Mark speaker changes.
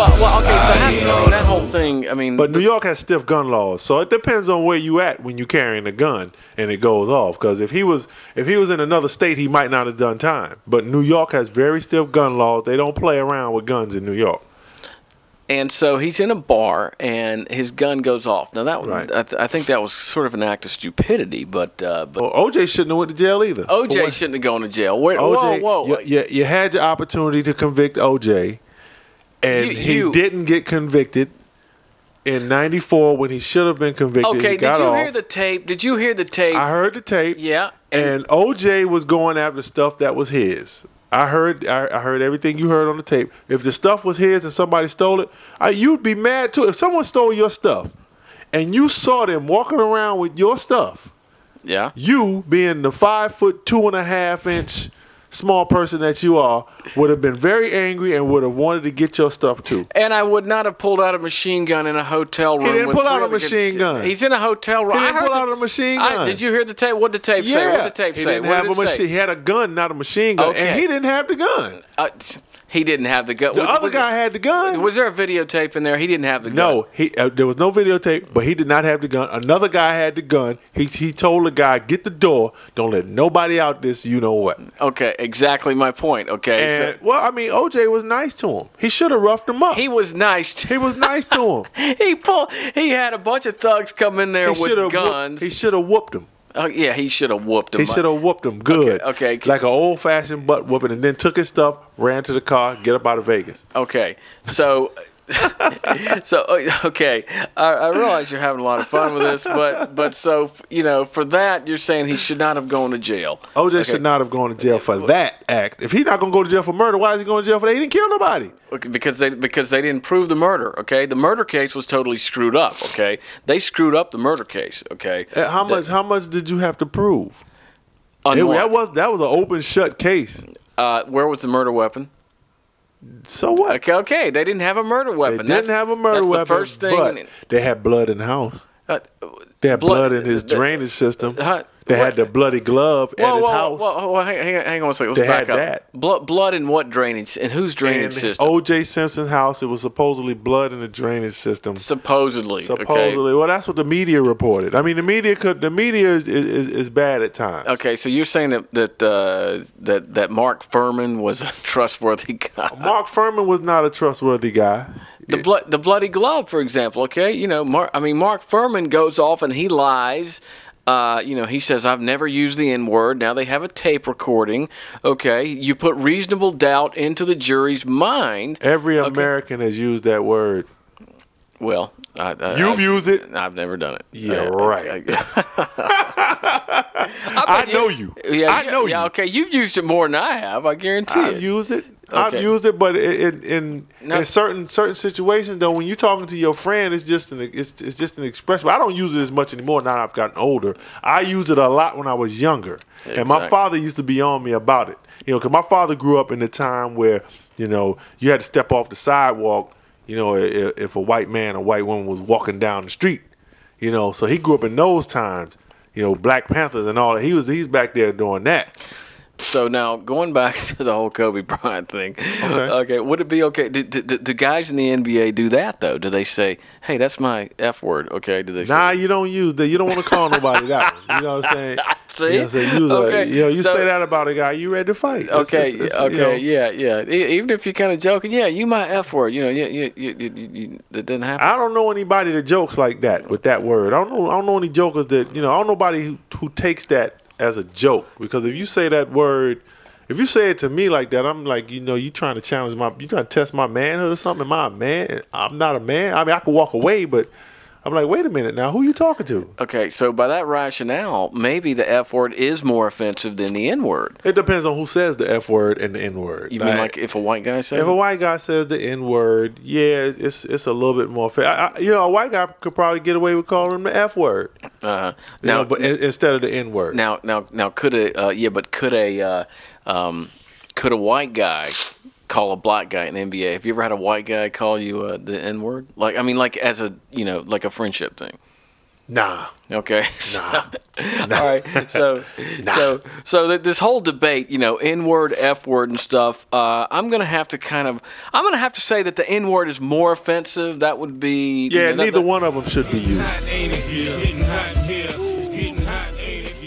Speaker 1: So how, I mean, that whole thing. I mean,
Speaker 2: But New York has stiff gun laws, so it depends on where you at when you carrying a gun and it goes off. Because if he was if he was in another state, he might not have done time. But New York has very stiff gun laws. They don't play around with guns in New York.
Speaker 1: and so he's in a bar and his gun goes off. Now that
Speaker 2: Right.
Speaker 1: I, th- I think that was sort of an act of stupidity, but uh, but
Speaker 2: Well, OJ shouldn't have went to jail either. For
Speaker 1: OJ
Speaker 2: what-
Speaker 1: shouldn't have gone to jail. Where,
Speaker 2: OJ,
Speaker 1: whoa, whoa.
Speaker 2: You, you, you had your opportunity to convict OJ, and
Speaker 1: You-
Speaker 2: he
Speaker 1: you-
Speaker 2: didn't get convicted in '94 when he should have been convicted. He
Speaker 1: okay, did
Speaker 2: got
Speaker 1: you
Speaker 2: off.
Speaker 1: hear the tape? Did you hear the tape?
Speaker 2: I heard the tape.
Speaker 1: Yeah,
Speaker 2: and, OJ was going after stuff that was his. I heard, I, I heard everything you heard on the tape. If the stuff was his and somebody stole it, I, you'd be mad too. If someone stole your stuff, and you saw them walking around with your stuff,
Speaker 1: yeah.
Speaker 2: you being the five foot two and a half inch small person that you are, would have been very angry and would have wanted to get your stuff too.
Speaker 1: And I would not have pulled out a machine gun in a hotel room.
Speaker 2: didn't
Speaker 1: with
Speaker 2: pull
Speaker 1: three
Speaker 2: out a
Speaker 1: other kids.
Speaker 2: machine gun.
Speaker 1: He's in a hotel room.
Speaker 2: He didn't
Speaker 1: I heard
Speaker 2: pull
Speaker 1: the-
Speaker 2: out a machine
Speaker 1: I-
Speaker 2: gun.
Speaker 1: did you hear the tape? What did the tape say? What did the tape
Speaker 2: he
Speaker 1: say?
Speaker 2: didn't
Speaker 1: What
Speaker 2: have
Speaker 1: did
Speaker 2: a
Speaker 1: it say?
Speaker 2: machine. He had a gun, not a machine gun,
Speaker 1: Okay.
Speaker 2: and he didn't have the gun.
Speaker 1: Uh, t- he didn't have the gun.
Speaker 2: The other guy had the gun.
Speaker 1: Was there a videotape in there? He didn't have the gun.
Speaker 2: No, he uh, there was no videotape, but he did not have the gun. Another guy had the gun. He he told the guy, "Get the door. Don't let nobody out this you know what."
Speaker 1: Okay, exactly my point. Okay, so-
Speaker 2: And well, I mean, OJ was nice to him. He should have roughed him up.
Speaker 1: he
Speaker 2: He,
Speaker 1: was nice.
Speaker 2: he
Speaker 1: Too.
Speaker 2: was nice to him.
Speaker 1: he pulled. He had a bunch of thugs come in there
Speaker 2: He
Speaker 1: with
Speaker 2: should have
Speaker 1: guns.
Speaker 2: He should have whooped him.
Speaker 1: oh, yeah, he should have whooped him.
Speaker 2: He should have whooped him good.
Speaker 1: Okay, okay.
Speaker 2: Like an old fashioned butt whooping and then took his stuff, ran to the car, get up out of Vegas.
Speaker 1: Okay, so, so uh, okay, I, I realize you're having a lot of fun with this, but but so f- you know, for that you're saying he should not have gone to jail.
Speaker 2: OJ should not have gone to jail for that act. If he's not gonna go to jail for murder, why is he going to jail for that? He didn't kill nobody.
Speaker 1: Okay, because they because they didn't prove the murder. Okay, the murder case was totally screwed up. Okay, they screwed up the murder case. Okay,
Speaker 2: Uh, How much how much did you have to prove? It-
Speaker 1: Unmarked.
Speaker 2: that was that was an open shut case.
Speaker 1: uh, where was the murder weapon?
Speaker 2: So what?
Speaker 1: Okay, okay, they didn't have a murder
Speaker 2: They
Speaker 1: weapon.
Speaker 2: didn't
Speaker 1: That's-
Speaker 2: have a murder
Speaker 1: that's
Speaker 2: weapon.
Speaker 1: The first thing.
Speaker 2: but they had blood in the house.
Speaker 1: Uh,
Speaker 2: They had
Speaker 1: Blood-
Speaker 2: blood, in his
Speaker 1: the-
Speaker 2: drainage system.
Speaker 1: Huh?
Speaker 2: they
Speaker 1: What?
Speaker 2: had the bloody glove at
Speaker 1: whoa,
Speaker 2: his
Speaker 1: whoa,
Speaker 2: house.
Speaker 1: whoa, whoa, whoa, hang, hang, hang on a second. Let's
Speaker 2: They
Speaker 1: back
Speaker 2: had
Speaker 1: up.
Speaker 2: that.
Speaker 1: Blood, blood in what drainage? In whose drainage
Speaker 2: And
Speaker 1: system?
Speaker 2: O.J. Simpson's house, it was supposedly blood in the drainage system.
Speaker 1: Supposedly. Okay.
Speaker 2: Supposedly, well, that's what the media reported. I mean, the media could the media is is, is bad at times.
Speaker 1: Okay, so you're saying that that uh, that that Mark Furman was a trustworthy guy.
Speaker 2: Mark Furman was not a trustworthy guy.
Speaker 1: The blood, the bloody glove, for example. Okay, you know, Mark. I mean, Mark Furman goes off and he lies. Uh, you know, he says I've never used the N word. Now they have a tape recording. Okay, you put reasonable doubt into the jury's mind.
Speaker 2: Every American has used that word.
Speaker 1: Well, I, I,
Speaker 2: You've
Speaker 1: I-
Speaker 2: used it.
Speaker 1: I've never done it.
Speaker 2: Yeah,
Speaker 1: I-
Speaker 2: right.
Speaker 1: I,
Speaker 2: I,
Speaker 1: bet
Speaker 2: know you.
Speaker 1: uh, Yeah,
Speaker 2: I
Speaker 1: yeah,
Speaker 2: know
Speaker 1: yeah,
Speaker 2: you.
Speaker 1: Okay, you've used it more than I have. I guarantee
Speaker 2: I've
Speaker 1: it.
Speaker 2: used it. I've
Speaker 1: Okay.
Speaker 2: used it, but in in, in,
Speaker 1: No.
Speaker 2: in certain certain situations though, when you're talking to your friend, it's just an it's, it's just an expression. I don't use it as much anymore now that I've gotten older. I used it a lot when I was younger, and my
Speaker 1: Exactly.
Speaker 2: father used to be on me about it. You know, because my father grew up in a time where you know you had to step off the sidewalk. You know, if, if a white man or white woman was walking down the street, you know, so he grew up in those times. You know, Black Panthers and all that. He was he's back there doing that.
Speaker 1: So now going back to the whole Kobe Bryant thing. Okay. would it be okay? Do, do, do- do guys in the NBA do that though? Do they say, "Hey, that's my F word"? Okay. Do they
Speaker 2: Nah,
Speaker 1: say?
Speaker 2: you don't use that. You don't want to call nobody that. You know what I'm saying?
Speaker 1: See?
Speaker 2: You, know what I'm saying? You,
Speaker 1: Okay,
Speaker 2: like, you, know, you
Speaker 1: so-
Speaker 2: say that about a guy, you ready to fight. It's-
Speaker 1: Okay.
Speaker 2: it's- it's, you know,
Speaker 1: okay. yeah. Yeah. E- even if you're kind of joking, yeah, you my F word. You know, you, you, you, you, you, you- that didn't happen.
Speaker 2: I don't know anybody that jokes like that with that word. I don't know. I don't know any jokers that you know. I don't know nobody who, who takes that as a joke because if you say that word, if you say it to me like that, I'm like, you know, you trying to challenge my, you trying to test my manhood or something. Am I a man? I'm not a man. I mean, I could walk away, but I'm like, wait a minute now, who you talking to?
Speaker 1: okay. So by that rationale, maybe the F word is more offensive than the N word.
Speaker 2: It depends on who says the f word and the n word.
Speaker 1: You mean like if a white guy says?
Speaker 2: If a
Speaker 1: it?
Speaker 2: white guy says the N word, yeah, it's- it's it's a little bit more fair. I, I, you know, a white guy could probably get away with calling him the F word, you
Speaker 1: Uh-huh.
Speaker 2: know,
Speaker 1: Now,
Speaker 2: but in, instead of the N word.
Speaker 1: Now, now, now, could a uh, yeah, but could a uh, um, could a white guy call a black guy in the NBA? Have you ever had a white guy call you uh, the N word? Like, I mean, like as a you know, like a friendship thing.
Speaker 2: Nah.
Speaker 1: Okay.
Speaker 2: Nah.
Speaker 1: All right. So,
Speaker 2: Nah.
Speaker 1: so, so that this whole debate, you know, N word, F word, and stuff. Uh, I'm gonna have to kind of, I'm gonna have to say that the N word is more offensive. That would be you
Speaker 2: Yeah,
Speaker 1: know, that-
Speaker 2: neither one of them should be used.
Speaker 3: hot, ain't it? It's getting hot in here. It's getting hot, ain't it?